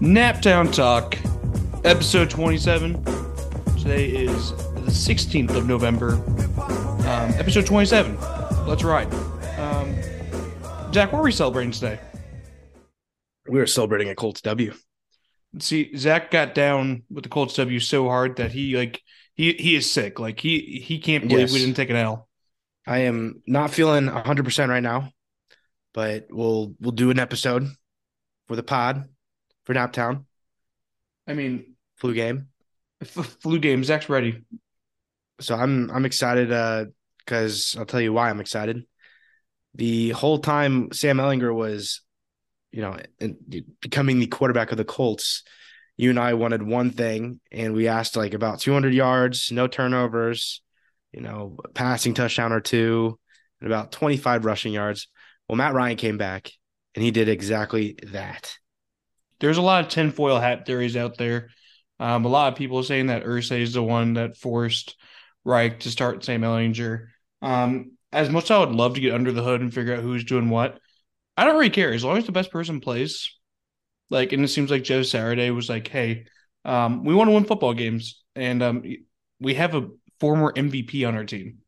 Naptown Talk, episode 27. Today is the 16th of November, um, episode 27. Let's ride. Um, Zach, what are we celebrating today? We were celebrating a Colts W. See, Zach got down with the Colts W so hard that he like he he is sick. Like he he can't believe we Yes. didn't take an L. I am not feeling 100% right now, but we'll we'll do an episode for the pod for Naptown I mean, flu game. f- flu game. Zach's ready. So I'm I'm excited uh cuz I'll tell you why I'm excited. The whole time Sam Ellinger was you know in- becoming the quarterback of the Colts, you and I wanted one thing and we asked like about 200 yards, no turnovers, you know, a passing touchdown or two, and about 25 rushing yards. Well, Matt Ryan came back and he did exactly that. there's a lot of tinfoil hat theories out there. Um, a lot of people saying that Ursay is the one that forced Reich to start Sam Ellinger. Um, as much as I would love to get under the hood and figure out who's doing what, I don't really care as long as the best person plays. Like, and it seems like Joe Saturday was like, "Hey, um, we want to win football games, and um, we have a former MVP on our team."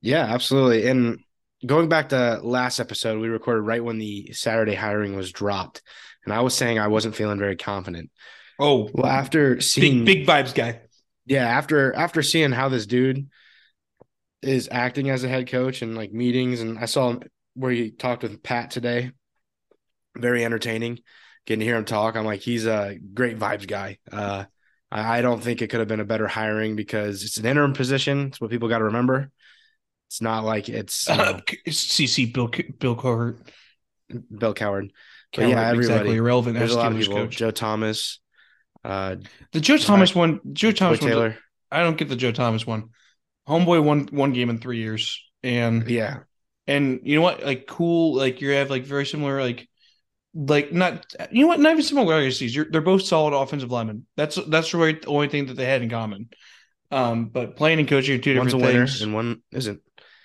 Yeah, absolutely. And going back to last episode, we recorded right when the Saturday hiring was dropped. And I was saying I wasn't feeling very confident. Oh, Well, after big seeing big vibes guy. yeah, after after seeing how this dude is acting as a head coach and like meetings, and I saw him where he talked with Pat today. Very entertaining. Getting to hear him talk, I'm like, he's a great vibes guy. Uh, I, I don't think it could have been a better hiring because it's an interim position. It's what people got to remember. It's not like it's you know, CC Bill Bill Cowherd. Bill Coward. But yeah, everybody. exactly irrelevant. There's as a lot of Steelers people. coach. Joe Thomas, uh, The Joe Right. Thomas one, Joe Boy Thomas one, Taylor. I don't get the Joe Thomas one. Homeboy won one game in three years, and Yeah, and you know what? Like cool, like you have like very similar, like like not you know what? Not even similar legacies. You're, they're both solid offensive linemen. That's that's really the only thing that they had in common. Um, but playing and coaching are two one's a different winner things. and one isn't.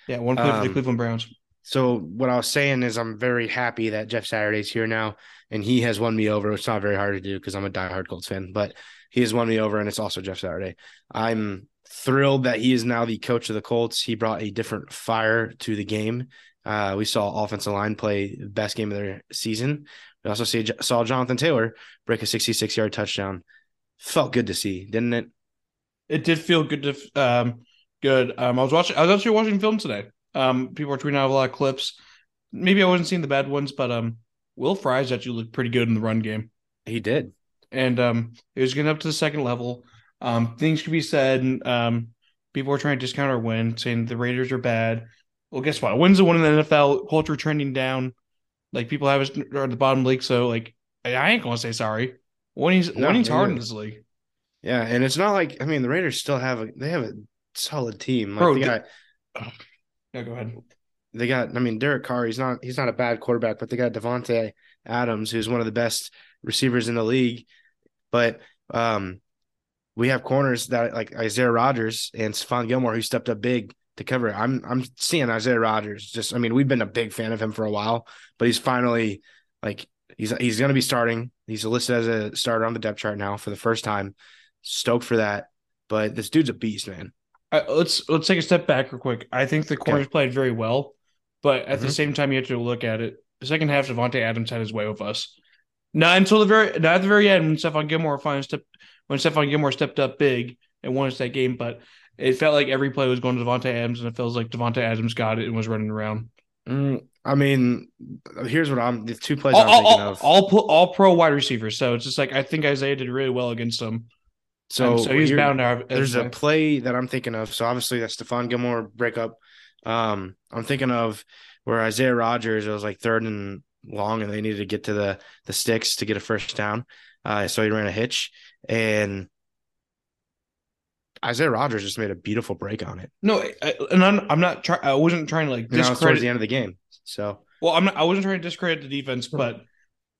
yeah, one played for the um, Cleveland Browns. So what I was saying is I'm very happy that Jeff Saturday's here now and he has won me over. It's not very hard to do because I'm a diehard Colts fan, but he has won me over and it's also Jeff Saturday. I'm thrilled that he is now the coach of the Colts. He brought a different fire to the game. Uh, we saw offensive line play the best game of their season. We also see, saw Jonathan Taylor break a 66 yard touchdown. Felt good to see, didn't it? It did feel good to f- um good. Um I was watching I was actually watching film today. Um people were tweeting out a lot of clips. Maybe I wasn't seeing the bad ones, but um Will Fry's actually looked pretty good in the run game. He did. and um, it was getting up to the second level. Um, things could be said. and, Um, people were trying to discount our win, saying the Raiders are bad. Well, guess what? Wins the one in the NFL. Culture trending down. Like people have us at the bottom league, so like I- I ain't gonna say sorry. Winning's No, winning's me hard in neither. this league. Yeah, and it's not like I mean the Raiders still have a they have a solid team. Like Bro, they the- got Yeah, go ahead. they got I mean Derek Carr, he's not he's not a bad quarterback, but they got Devontae Adams, who's one of the best receivers in the league. But um we have corners that like Isaiah Rogers and Stephon Gilmore who stepped up big to cover. I'm I'm seeing Isaiah Rogers just I mean, we've been a big fan of him for a while, but he's finally like he's he's gonna be starting. He's listed as a starter on the depth chart now for the first time. Stoked for that. But this dude's a beast, man. I, let's let's take a step back real quick. I think the corners played very well, but at the Mhm. same time, you have to look at it. The second half, Devontae Adams had his way with us. Not until the very not at the very end when Stephon Gilmore finally stepped when Stephon Gilmore stepped up big and won us that game, but it felt like every play was going to Devontae Adams, and it feels like Devontae Adams got it and was running around. Mm, I mean, here's what I'm the two plays All, I'm thinking all, all, of. all, pro- all pro wide receivers, so it's just like I think Isaiah did really well against them. So, so so he's here- bound to have. there's a a, play that I'm thinking of. So obviously that's Stephon Gilmore breakup. Um, I'm thinking of where Isaiah Rogers it was like third and long, and they needed to get to the the sticks to get a first down. Uh, so he ran a hitch, and Isaiah Rogers just made a beautiful break on it. no, I, and I'm, I'm not trying. I wasn't trying to like And that was towards discredit the end of the game. So Well, I'm not, I wasn't trying to discredit the defense, but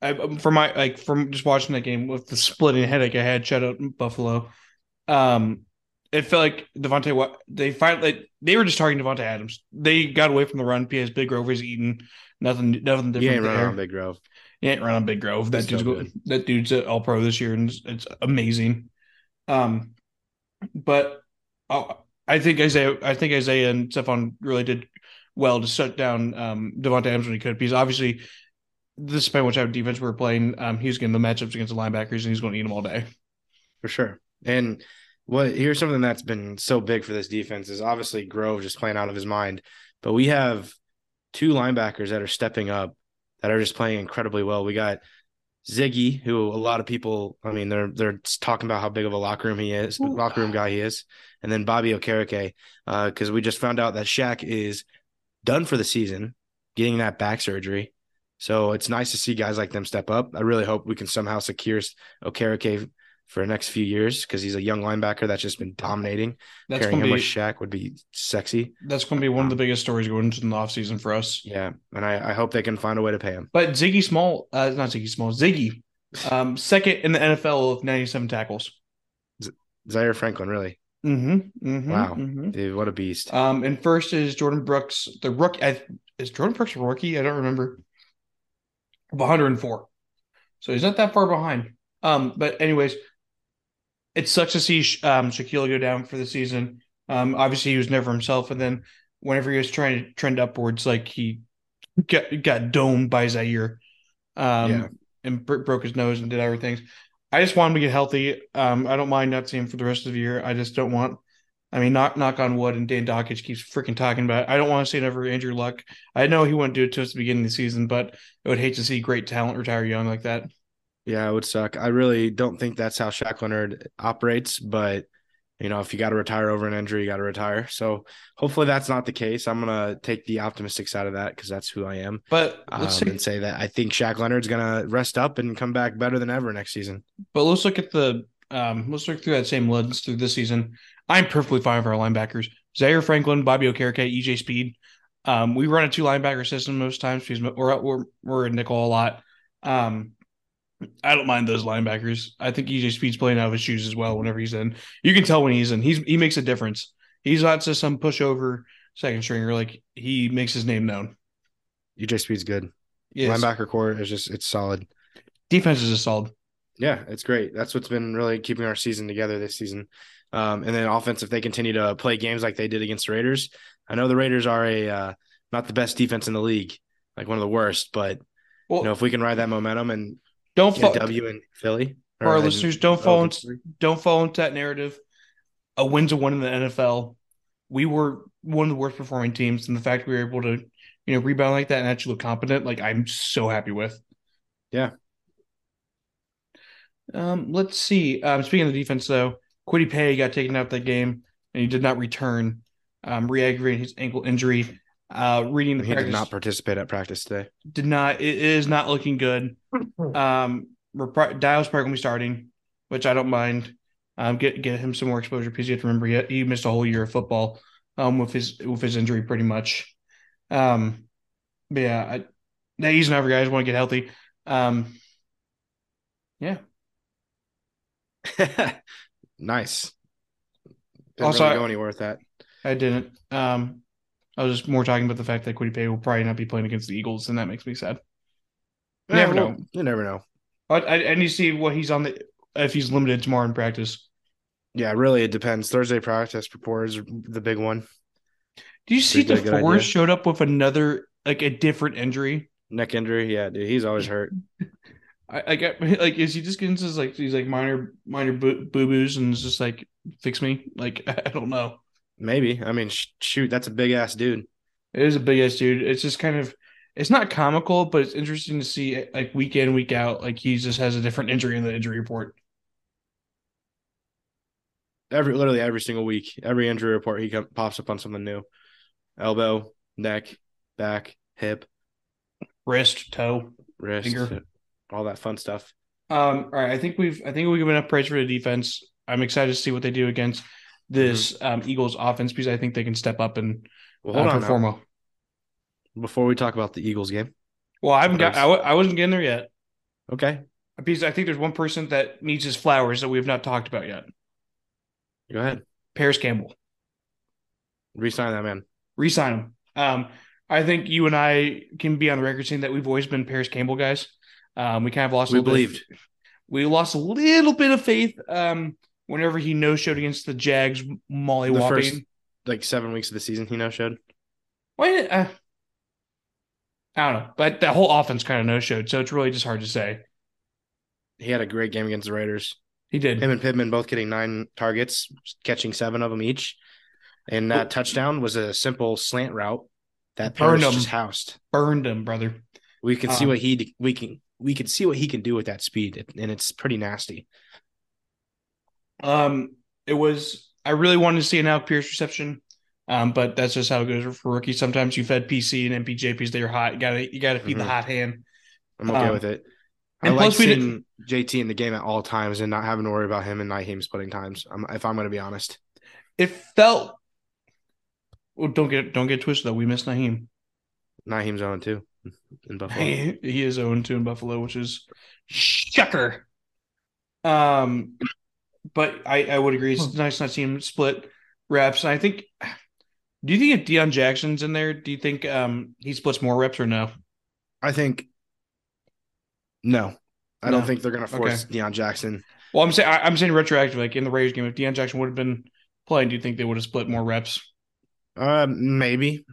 I, um, for my like from just watching that game with the splitting headache I had, shout out Buffalo. Um, it felt like Devontae. Wa- They finally like, they were just targeting Devontae Adams. They got away from the run. P.S. Big Rover's eaten. Nothing, nothing different. You ain't there. running on Big Grove. He ain't running Big Grove. That He's dude's go- so good. that dude's at All Pro this year, and it's, it's amazing. Um, but I, I think Isaiah, I think Isaiah and Stephon really did well to shut down um, Devontae Adams when he could, because obviously, despite what type of defense we we're playing, um, he's getting the matchups against the linebackers, and he's going to eat them all day. for sure. And what here's something that's been so big for this defense is obviously Grove just playing out of his mind, but we have two linebackers that are stepping up that are just playing incredibly well. We got Ziggy, who a lot of people, I mean, they're they're talking about how big of a locker room he is, Ooh. locker room guy he is, and then Bobby Okereke, because we just found out that Shaq is done for the season, getting that back surgery. So it's nice to see guys like them step up. I really hope we can somehow secure Okereke for the next few years because he's a young linebacker that's just been dominating. That's Pairing going him to with be Shaq would be sexy. that's going to be one of the biggest stories going into the offseason for us. Yeah, and I, I hope they can find a way to pay him. But Ziggy Small, uh, not Ziggy Small, Ziggy, um, second in the NFL with ninety-seven tackles. Zaire Franklin, really, Mm-hmm, mm-hmm, Wow. Mm-hmm. dude, what a beast. Um, and first is Jordan Brooks, the rookie. I, is Jordan Brooks a rookie? I don't remember. Of 104. So he's not that far behind. Um, but anyways, it sucks to see um, Shaquille go down for the season. Um, obviously he was never himself, and then whenever he was trying to trend upwards, like he got, got domed by Zaire, um, Yeah. and bro- broke his nose and did other things. I just want him to get healthy. Um, I don't mind not seeing him for the rest of the year. I just don't want. I mean, knock knock on wood, and Dan Dockage keeps freaking talking about. It. I don't want to see another Andrew Luck. I know he wouldn't do it to us at the beginning of the season, but I would hate to see great talent retire young like that. Yeah, it would suck. I really don't think that's how Shaq Leonard operates, but you know, if you got to retire over an injury, you got to retire. So hopefully that's not the case. I'm gonna take the optimistic side of that because that's who I am, But um, let's see. and say that I think Shaq Leonard's gonna rest up and come back better than ever next season. But let's look at the um, let's look through that same lens through this season. I'm perfectly fine with our linebackers: Zaire Franklin, Bobby Okereke, EJ Speed. Um, we run a two linebacker system most times because we're we're we're in nickel a lot. Um, I don't mind those linebackers. I think EJ Speed's playing out of his shoes as well. Whenever he's in, you can tell when he's in. He's he makes a difference. He's not just some pushover second stringer. Like he makes his name known. UJ E Speed's good. Yes. Linebacker core is just it's solid. defense is a solid. Yeah, it's great. That's what's been really keeping our season together this season. Um, and then offense, if they continue to play games like they did against the Raiders, I know the Raiders are a uh, not the best defense in the league, like one of the worst. But Well, you know, if we can ride that momentum and don't get fall, a W in Philly, for our in- listeners, don't fall oh, into don't fall into that narrative. A win's a win in the NFL. We were one of the worst performing teams, and the fact we were able to, you know, rebound like that and actually look competent, like I'm so happy with. Yeah. Um, let's see. Um, speaking of the defense, though, Quiddy Pay got taken out that game, and he did not return, um, re-aggravating his ankle injury. Uh, reading the he did practice not participate at practice today. did not. It is not looking good. Um, we're pro- Dial's probably gonna be starting, which I don't mind. Um, get get him some more exposure because you have to remember he, he missed a whole year of football, um, with his with his injury pretty much. Um, but yeah, I, now he's another guy who want to get healthy. Um, nice. Didn't Also, really I- go anywhere with that. I didn't. Um, I was just more talking about the fact that Quiddy Pay will probably not be playing against the Eagles, and that makes me sad. You never Eh, well, know. You never know. But I, I need to see what he's on the if he's limited tomorrow in practice. Yeah, really, it depends. Thursday practice report is the big one. Do you see Is that a good idea? DeForest showed up with another like a different injury? Neck injury. Yeah, dude, he's always hurt. I, I get like is he just getting his like these like minor minor boo boos and it's just like fix me? Like I don't know. Maybe. I mean, sh- shoot, that's a big ass dude. It is a big ass dude. It's just kind of it's not comical, but it's interesting to see like week in week out like he just has a different injury in the injury report. Every literally every single week, every injury report, he come, pops up on something new: elbow, neck, back, hip, Wrist, toe. wrist, Finger. all that fun stuff. Um, all right, I think we've I think we've given up praise for the defense. I'm excited to see what they do against this um, Eagles offense because I think they can step up and Well, Mm-hmm. hold uh, on. now. perform well. Before we talk about the Eagles game, Well, I haven't got. Nice. I, w- I wasn't getting there yet. okay, Because I think there's one person that needs his flowers that we have not talked about yet. go ahead, Paris Campbell, resign that man. resign him. Um, I think you and I can be on the record saying that we've always been Paris Campbell guys. Um, we kind of lost. a We little bit of- believed. we lost a little bit of faith. Um, whenever he no showed against the Jags, Molly The Whopping. first- Like seven weeks of the season, he no showed. Why? Uh, I don't know, but the whole offense kind of no showed, so it's really just hard to say. He had a great game against the Raiders. He did. Him and Pittman both getting nine targets, catching seven of them each. And that touchdown was a simple slant route that Burned Paris him. just housed. Burned him, brother. We can see Um, what he we can we can see what he can do with that speed, and it's pretty nasty. Um, it was. I really wanted to see an Alec Pierce reception, um, but that's just how it goes for rookies. Sometimes you fed PC and MPJPs; they're hot. You gotta you gotta feed the Mhm. hot hand. I'm okay Um, with it. I and like plus we did- seeing JT in the game at all times and not having to worry about him and Naheem splitting times. I'm, if I'm going to be honest, It felt. Well, don't get don't get twisted though. We missed Naheem. Naheem's on too in Buffalo. He, he is 0 2 in Buffalo, which is shucker. Um, but I, I would agree. It's nice not seeing him split reps. And I think, do you think if Deion Jackson's in there, do you think um he splits more reps or no? I think no, I don't No. think they're going to force Deion Jackson. Well, I'm saying I, I'm saying retroactive, like in the Raiders game, if Deion Jackson would have been playing, do you think they would have split more reps? Um, maybe,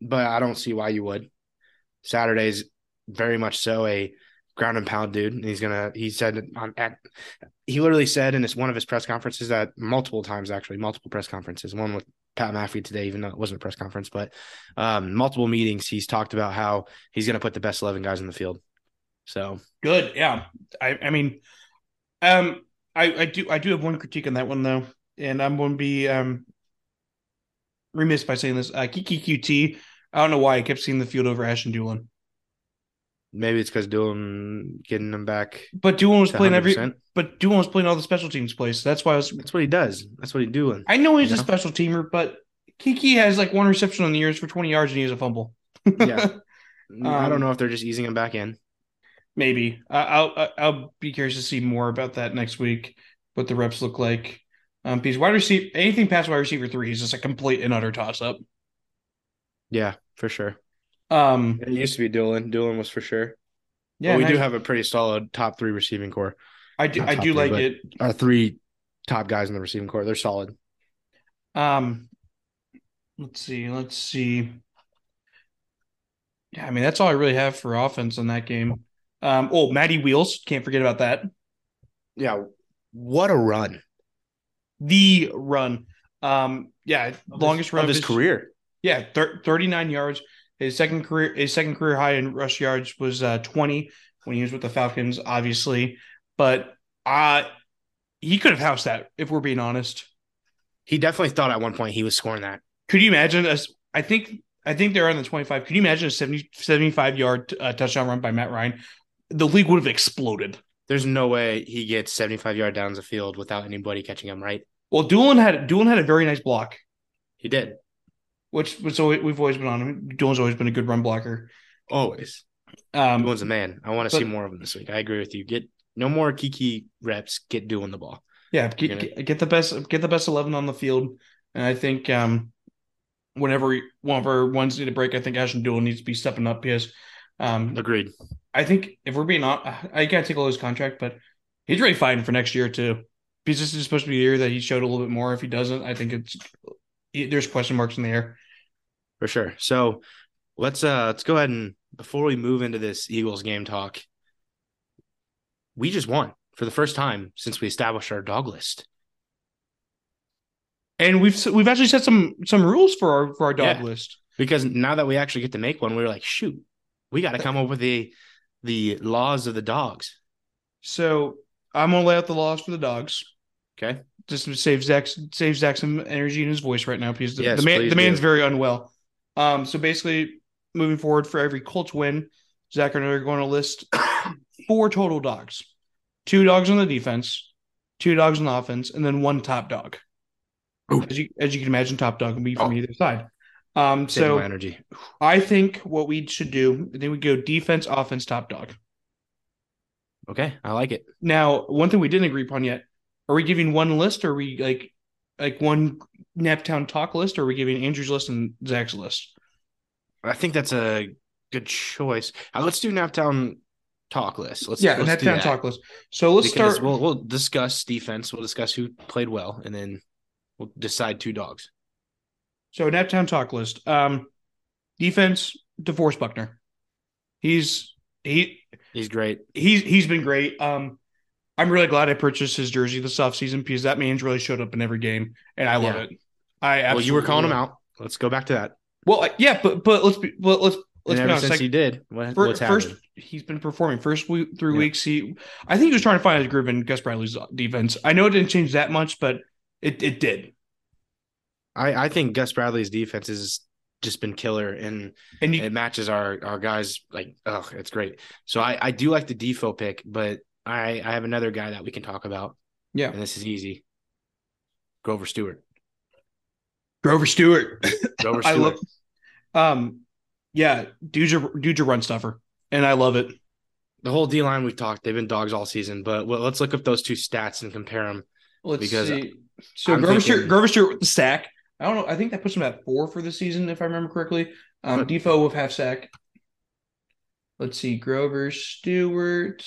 but I don't see why you would. Saturday's very much so a ground and pound dude. And he's gonna. He said on at he literally said in this one of his press conferences that multiple times actually multiple press conferences one with Pat Maffey today even though it wasn't a press conference but um, multiple meetings he's talked about how he's gonna put the best eleven guys in the field. So Good, yeah. I, I mean, um, I, I do I do have one critique on that one though, and I'm going to be um remiss by saying this. Uh, Kiki QT, I don't know why I kept seeing the field over Ashton Doolin, maybe it's because Doolin getting him back. but Doolin was to playing every, 100%. but Doolin was playing all the special teams plays. So that's why I was. That's what he does. That's what he's doing. I know he's a Yeah. special teamer, but Kiki has like one reception on the years for 20 yards and he has a fumble. yeah. I Um, don't know if they're just easing him back in. Maybe I I'll I- I'll be curious to see more about that next week. What the reps look like. Um, because wide receiver, anything past wide receiver three is just a complete and utter toss up. Yeah, for sure. Um, It used to be Doolin. Doolin was for sure. yeah, but we and do I, have a pretty solid top three receiving core. I do, not I top do three, like but- it. Our three top guys in the receiving core. They're solid. Um, let's see, let's see. Yeah, I mean that's all I really have for offense on that game. Um, oh, Matty Wheels, can't forget about that. Yeah. What a run. The run, um, yeah, longest run of his career. Yeah, thir- 39 yards. His second career his second career high in rush yards was uh, 20 when he was with the Falcons, obviously. But uh he could have housed that if we're being honest. He definitely thought at one point he was scoring that. Could you imagine us? I think I think they're on the 25. Could you imagine a 70, 75 yard uh, touchdown run by Matt Ryan? The league would have exploded. There's no way he gets 75 yard downs the field without anybody catching him, right? Well, Doolin had Doolin had a very nice block, He did. which was always, we've always been on him. Doolin's always been a good run blocker. Always. Um, Doolins a man. I want to But- see more of him this week. I agree with you. Get no more Kiki reps. Get doing the ball. Yeah, get, gonna- get- get the best get the best eleven on the field, and I think um, whenever one of our ones need a break, I think Ashton Doolin needs to be stepping up because um, Agreed. I think if we're being hon- uh, I can't take all his contract, but he's really fighting for next year too. Because this is supposed to be the year that he showed a little bit more. If he doesn't, I think it's it- there's question marks in the air. For sure. So let's uh let's go ahead and before we move into this Eagles game talk, we just won for the first time since we established our dog list. And we've s- we've actually set some some rules for our for our dog Yeah. list. Because now that we actually get to make one, we were like, shoot, we gotta come up with the the laws of the dogs. So I'm gonna lay out the laws for the dogs. Okay. Just to save Zach save Zach some energy in his voice right now because the, Yes, the man please the man's do. very unwell. Um so basically moving forward for every Colts win, Zach and I are going to list four total dogs. Two dogs on the defense, two dogs on the offense, and then one top dog. Ooh. As you as you can imagine, top dog can be from Oh. either side. Um Saving so my energy. I think what we should do, I think we go defense, offense, top dog. Okay, I like it. Now, one thing we didn't agree upon yet: are we giving one list, or are we like like one Naptown talk list, or are we giving Andrew's list and Zach's list? I think that's a good choice. Uh, let's do Naptown talk list. Let's yeah, let's let's do down that. talk list. So let's Because start. We'll we'll discuss defense. We'll discuss who played well, and then we'll decide two dogs. So Naptown talk list. Um, defense, DeForest Buckner. He's he He's great. he's he's been great. Um, I'm really glad I purchased his jersey this offseason because that man's really showed up in every game, and I love Yeah. it. I absolutely well, you were calling him love out. Let's go back to that. it. Well, I- yeah, but but let's be well, let's And let's be ever honest. since Like, he did, what, fir- what's first, happened? he's been performing first week, three Yeah. weeks. He, I think he was trying to find his groove in Gus Bradley's defense. I know it didn't change that much, but it it did. I I think Gus Bradley's defense has just been killer, and And you, it matches our our guys. Like, oh, it's great. So I I do like the Defoe pick, but I I have another guy that we can talk about. Yeah. and this is easy. Grover Stewart. Grover Stewart, Grover I Stewart. love. Um, yeah, dude's a, dude's a run stuffer, and I love it. the whole D line we've talked. They've been dogs all season, but well, let's look up those two stats and compare them. Let's Because see. So I'm Grover Stewart, thinking- Grover Stewart with the sack. I don't know. I think that puts him at four for the season, if I remember correctly. Um, But- Defoe with half sack. Let's see. Grover Stewart.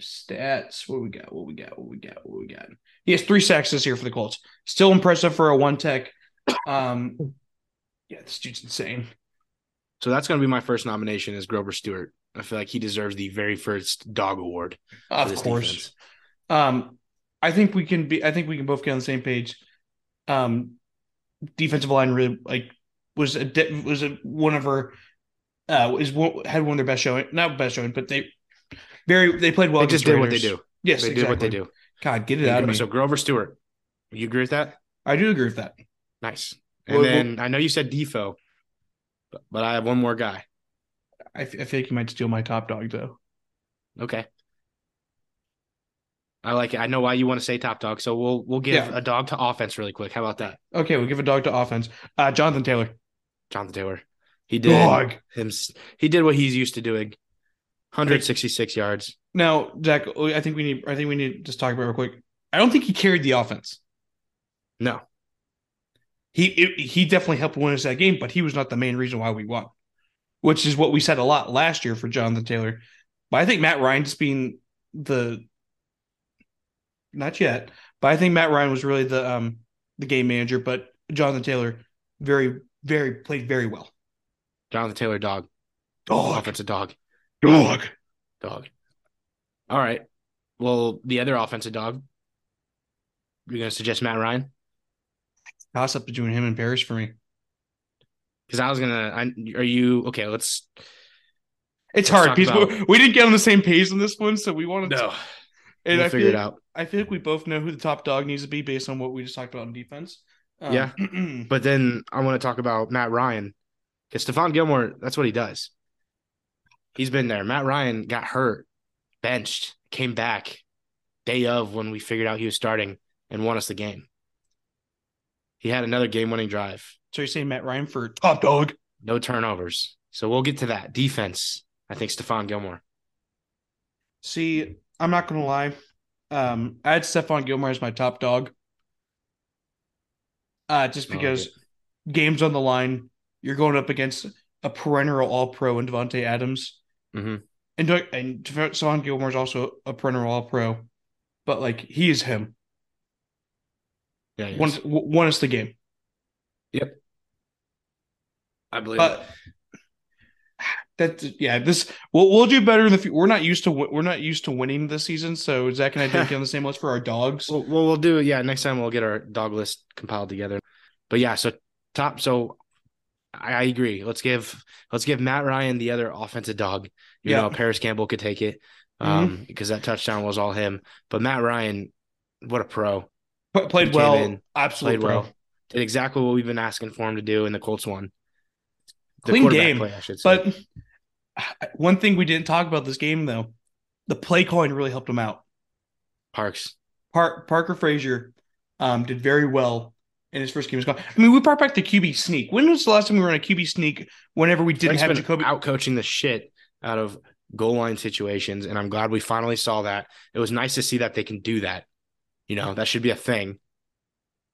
Stats. What we got? What we got? What we got? What we got? He has three sacks this year for the Colts. Still impressive for a one tech. Um, yeah, this dude's insane. So that's going to be my first nomination is Grover Stewart. I feel like he deserves the very first dog award. for Of this course. defense. Um, I think we can be. I think we can both get on the same page. Um, defensive line really like was a de- was a, one of her uh is one, had one of their best showing. Not best showing, but they very they played well. They against just did what they Raiders. do. Yes, they exactly. did what they do. God, get it out of me. So Grover Stewart, you agree with that? I do agree with that. Nice. And Well, then I know you said Defoe, but, but I have one more guy. I, f- I feel like you might steal my top dog though. Okay. I like it. I know why you want to say top dog. So we'll we'll give Yeah. a dog to offense really quick. How about that, Okay, we'll give a dog to offense. Uh, Jonathan Taylor, Jonathan Taylor? He did dog. him. He did what he's used to doing. 166 yards. Now, Zach, I think we need. I think we need to just talk about it real quick. I don't think he carried the offense. No, he it, he definitely helped win us that game, but he was not the main reason why we won, which is what we said a lot last year for Jonathan Taylor. But I think Matt Ryan just being the not yet, but I think Matt Ryan was really the um the game manager, but Jonathan Taylor very very played very well. Jonathan Taylor dog. Dog, Offensive dog. dog. Dog. All right. Well, the other offensive dog. You're gonna suggest Matt Ryan? Toss up between him and Paris for me. Because I was gonna. I, are you okay? Let's It's Let's hard talk because we- we didn't get on the same page on this one, so we wanted to. We'll And I figure feel, it out. I feel like we both know who the top dog needs to be based on what we just talked about in defense. Um, Yeah. But then I want to talk about Matt Ryan because Stephon Gilmore. That's what he does. He's been there. Matt Ryan got hurt, benched, came back day of when we figured out he was starting and won us the game. He had another game-winning drive. So you're saying Matt Ryan for top dog? No turnovers. So we'll get to that. Defense. I think Stephon Gilmore. See, I'm not gonna lie. Um, I had Stephon Gilmore as my top dog. Uh, just I like because games on the line, you're going up against a perennial All Pro in Devonte Adams, Mhm. and Dev- and Dev- Stephon Gilmore is also a perennial All Pro, but like he is him. Yeah, he is. One, one is the game, I believe. it. but. That Uh, yeah, this we'll we'll do better in the future. We're not used to wi- we're not used to winning this season, so Zach and I didn't get on the same list for our dogs. Well, well, we'll do. Yeah, next time we'll get our dog list compiled together. But yeah, so top. So I, I agree. Let's give let's give Matt Ryan the other offensive dog. You Yeah. Mm-hmm. know, Paris Campbell could take it um, because that touchdown was all him. But Matt Ryan, what a pro! P- played He came well, in, absolutely Played well. Did exactly what we've been asking for him to do, and the Colts won. Clean quarterback game, play, I should say. But one thing we didn't talk about this game though, the play calling really helped him out. Parks. Par- Parker Frazier um, did very well in his first game. as well. I mean, we brought back the QB sneak. When was the last time we were on a QB sneak? Whenever we didn't Frank's have been Jacoby. out coaching the shit out of goal line situations, and I'm glad we finally saw that. It was nice to see that they can do that. You know, that should be a thing.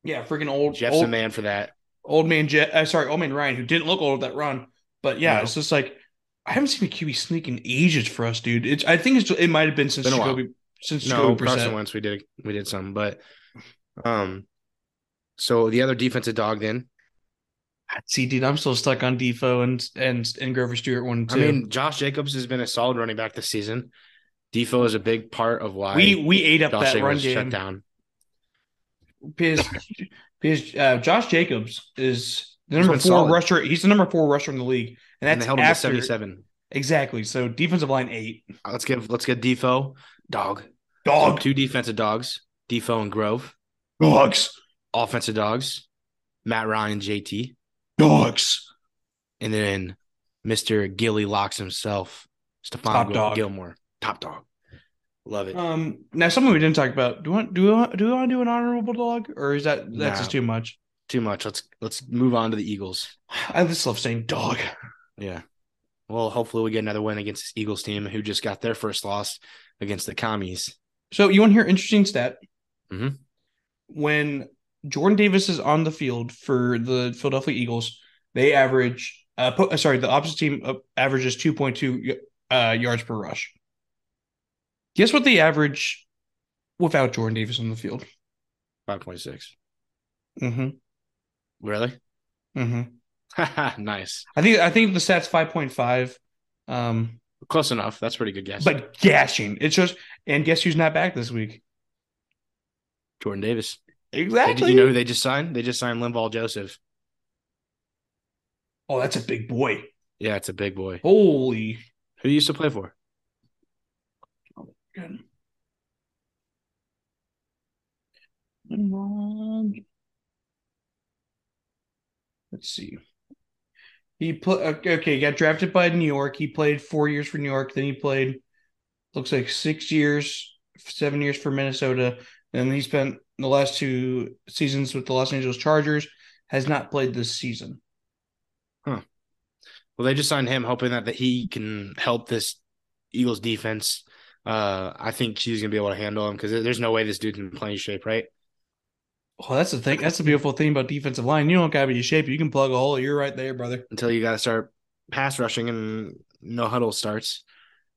Yeah, freaking old Jeff's a old, man for that. old man Jet, uh, sorry, old man Ryan, who didn't look old at that run. But yeah, No. it's just like I haven't seen a QB sneak in ages for us, dude. It's I think it's it might have been since Been a while. Jacoby since No, Jacoby Carson Brissett. Wentz. We did we did some, but um, so the other defensive dog. Then See, dude, I'm still stuck on Defoe and and and Grover Stewart one and two. I mean, Josh Jacobs has been a solid running back this season. Defoe is a big part of why we we ate up Josh that run Jacobs shut game. down. Because because uh, Josh Jacobs is the number four been solid. rusher. He's the number four rusher in the league, and that's and they held him after to seventy-seven. exactly. So defensive line eight Uh, Let's give let's get Defoe dog. dog So two defensive dogs, Defoe and Grove. dogs Offensive dogs, Matt Ryan, JT, dogs. and then Mister Gilly locks himself, Top Stephon Gil- dog. Gilmore, top dog. Love it. Um, now someone we didn't talk about. Do you want do we want, do we want to do an honorable dog, or is that that's Nah. just too much? Too much. Let's let's move on to the Eagles. I just love saying dog. Yeah. Well, hopefully we get another win against this Eagles team who just got their first loss against the commies. So you want to hear an interesting stat? Mhm. When Jordan Davis is on the field for the Philadelphia Eagles, they average. Uh, po- uh, sorry, the opposite team uh, averages two point two uh, yards per rush. Guess what they average without Jordan Davis on the field? Five point six. Mm-hmm. Really? Mm-hmm. nice. I think I think the stats five point five. Um, Close enough. That's a pretty good guess. but gashing. It's just, and guess who's not back this week? Jordan Davis. They- Exactly. you know who they just signed? They just signed Linval Joseph. oh, that's a big boy. Yeah, it's a big boy. Holy. Who he used to play for? God. Um, Let's see. He put okay. He got drafted by New York. He played four years for New York. Then he played, looks like six years, seven years for Minnesota. And he spent the last two seasons with the Los Angeles Chargers. Has not played this season. Well, they just signed him, hoping that, that he can help this Eagles defense. Uh, I think she's gonna be able to handle him because there's no way this dude's in playing shape, right? Oh, that's the thing. That's the beautiful thing about defensive line. You don't gotta be in shape. You can plug a hole. You're right there, brother. Until you gotta start pass rushing and no huddle starts.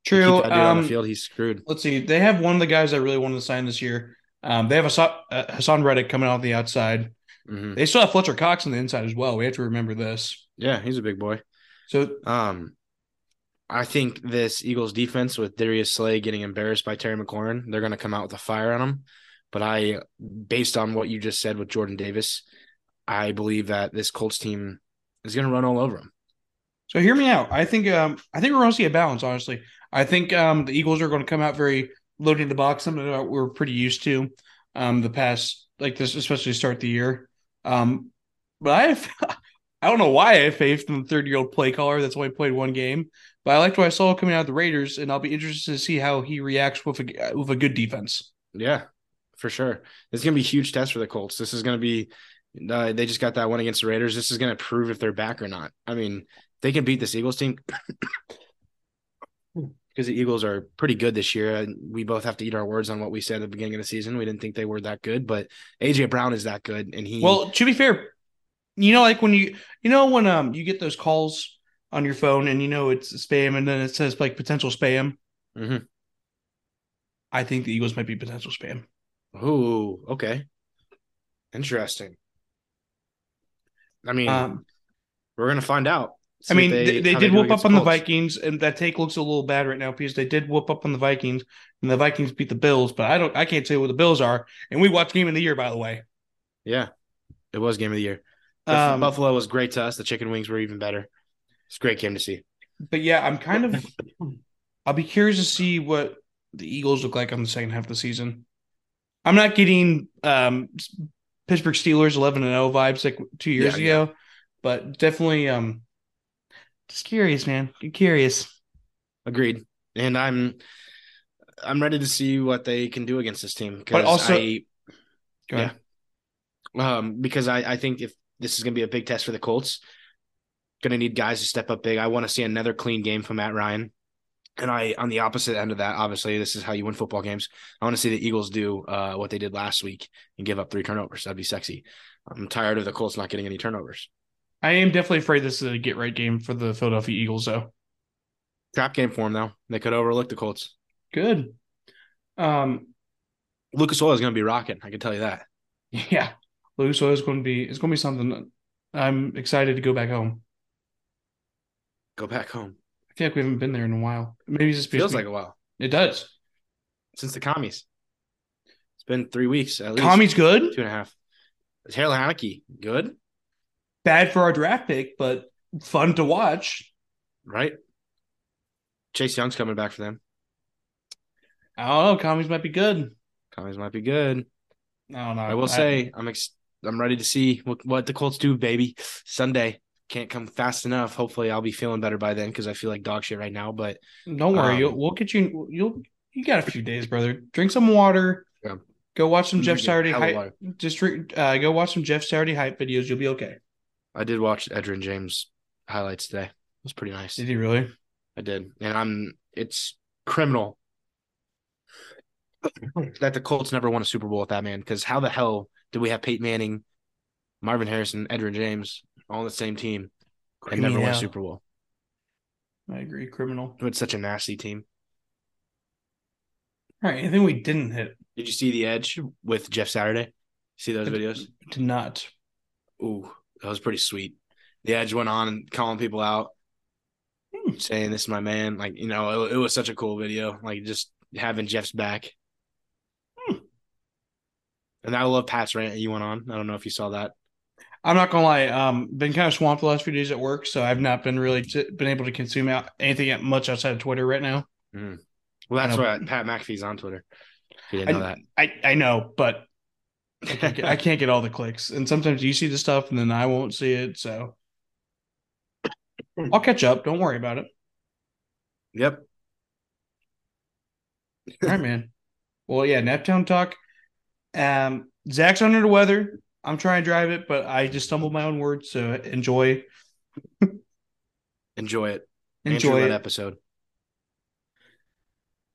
You True. Keep that dude on the Um, field, he's screwed. let's see. They have one of the guys I really wanted to sign this year. Um, they have Hassan, uh, Hassan Reddick coming out the outside. Mhm. They still have Fletcher Cox on the inside as well. We have to remember this. Yeah, he's a big boy. So Um, I think this Eagles defense with Darius Slay getting embarrassed by Terry McLaurin, they're going to come out with a fire on him. But I, based on what you just said with Jordan Davis, I believe that this Colts team is going to run all over him. So hear me out. I think um I think we're gonna see a balance, honestly. I think um the Eagles are gonna come out very loading the box, something that we're pretty used to um the past like this, especially to start the year. Um but I have I don't know why I have faith in the third year old play caller that's only played one game, but I liked what I saw coming out of the Raiders, and I'll be interested to see how he reacts with a with a good defense. Yeah, for sure. This is going to be a huge test for the Colts. This is going to be, uh, they just got that one against the Raiders. This is going to prove if they're back or not. I mean, they can beat this Eagles team because the Eagles are pretty good this year. And we both have to eat our words on what we said at the beginning of the season. We didn't think they were that good, but AJ Brown is that good, and he Well, to be fair, you know, like when you you know when um you get those calls on your phone and you know it's spam and then it says like potential spam. Mhm. I think the Eagles might be potential spam. Ooh, okay, interesting. I mean, Um, we're gonna find out. I See mean, if they, they how did do whoop up against on the Colts. Vikings, and that take looks a little bad right now because they did whoop up on the Vikings, and the Vikings beat the Bills. But I don't, I can't tell you what the Bills are. And we watched game of the year, by the way. Yeah, it was game of the year. Buff- Um, Buffalo was great to us. The chicken wings were even better. It's a great game to see. but yeah, I'm kind of, I'll be curious to see what the Eagles look like on the second half of the season. I'm not getting um, Pittsburgh Steelers 11 and 0 vibes like two years Yeah, yeah. ago, but definitely, um, just curious, man. Curious. Agreed. And I'm I'm ready to see what they can do against this team. 'cause But also- I, Go ahead. um, because I, I think if this is gonna be a big test for the Colts, gonna need guys to step up big. I want to see another clean game from Matt Ryan. And I, on the opposite end of that, obviously, this is how you win football games. I want to see the Eagles do uh, what they did last week and give up three turnovers. That'd be sexy. I'm tired of the Colts not getting any turnovers. I am definitely afraid this is a get right game for the Philadelphia Eagles, though. Trap game for them, though. They could overlook the Colts. Good. Um, Lucas Oil is going to be rocking. I can tell you that. yeah, Lucas Oil is going to be it's going to be something. I'm excited to go back home. Go back home. I feel like we haven't been there in a while. Maybe it's just because Feels we- like a while it does. since the commies. It's been three weeks at least. Tommy's good. two and a half. Taylor Haneke, good, Bad for our draft pick, but fun to watch. right? Chase Young's coming back for them. I don't know. Commies might be good. Commies might be good. Uh, I don't know. I will say I'm ex- I'm ready to see what, what the Colts do, baby. Sunday can't come fast enough. Hopefully, I'll be feeling better by then because I feel like dog shit right now. But Don't worry, Um, you'll, we'll get you. You'll you got a few days, brother. Drink some water. Yeah. Go watch some I'm Jeff drinking Saturday hella hype. water. Just drink- uh, go watch some Jeff Saturday hype videos. You'll be okay. I did watch Edrin James highlights today. It was pretty nice. Did he really? I did, and I'm it's criminal that the Colts never won a Super Bowl with that man. Because how the hell do we have Peyton Manning, Marvin Harrison, Edrin James all on the same team and never won a Super Bowl? I agree. Criminal. It's such a nasty team. All right. Anything we didn't hit Did you see the Edge with Jeff Saturday? See those I did. videos? did not. Ooh, that was pretty sweet. The Edge went on and calling people out, Hmm. saying this is my man. Like you know, it, it was such a cool video. Like just having Jeff's back. Hmm. And I love Pat's rant you went on. I don't know if you saw that. I'm not gonna lie. Um, been kind of swamped the last few days at work, so I've not been really t- been able to consume out- anything much outside of Twitter right now. Well, that's I know. why Pat McAfee's on Twitter. If You didn't know I I know, but I can't, that. get, I can't get all the clicks. And sometimes you see the stuff, and then I won't see it. So I'll catch up. Don't worry about it. yep. All right, man. Well, yeah, Naptown talk. Um, Zach's under the weather. I'm trying to drive it, but I just stumbled my own words. So enjoy, Enjoy it. enjoy that it. episode.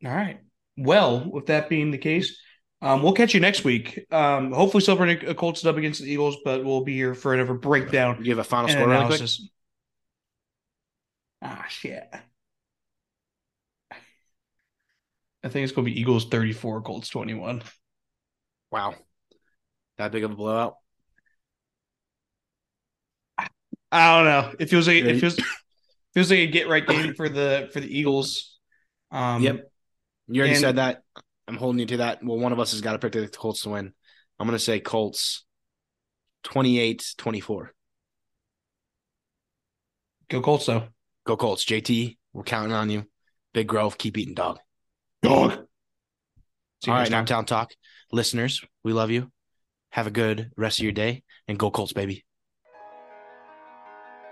All right. Well, with that being the case, um, we'll catch you next week. Um, hopefully, Silver and a Colts dub against the Eagles, but we'll be here for another breakdown You have a final and score really quick? analysis. Ah, shit. I think it's going to be Eagles 34, Colts 21. Wow. That big of a blowout. I don't know. It feels like Yeah, it you- feels feels like a get right game for the for the Eagles. Um, Yep. You already And- said that. I'm holding you to that. Well, one of us has got to pick the Colts to win. I'm going to say Colts 28 24. Go Colts though. Go Colts. JT, we're counting on you. Big Grove, keep eating dog. Dog. All right, Naptown Talk. Listeners, we love you. Have a good rest of your day and go Colts, baby.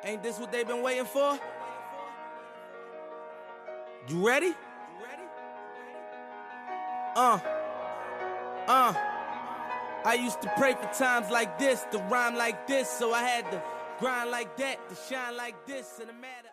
Ain't this what they've been waiting for? You ready? Uh, uh. I used to pray for times like this, to rhyme like this, so I had to grind like that, to shine like this, in a matter.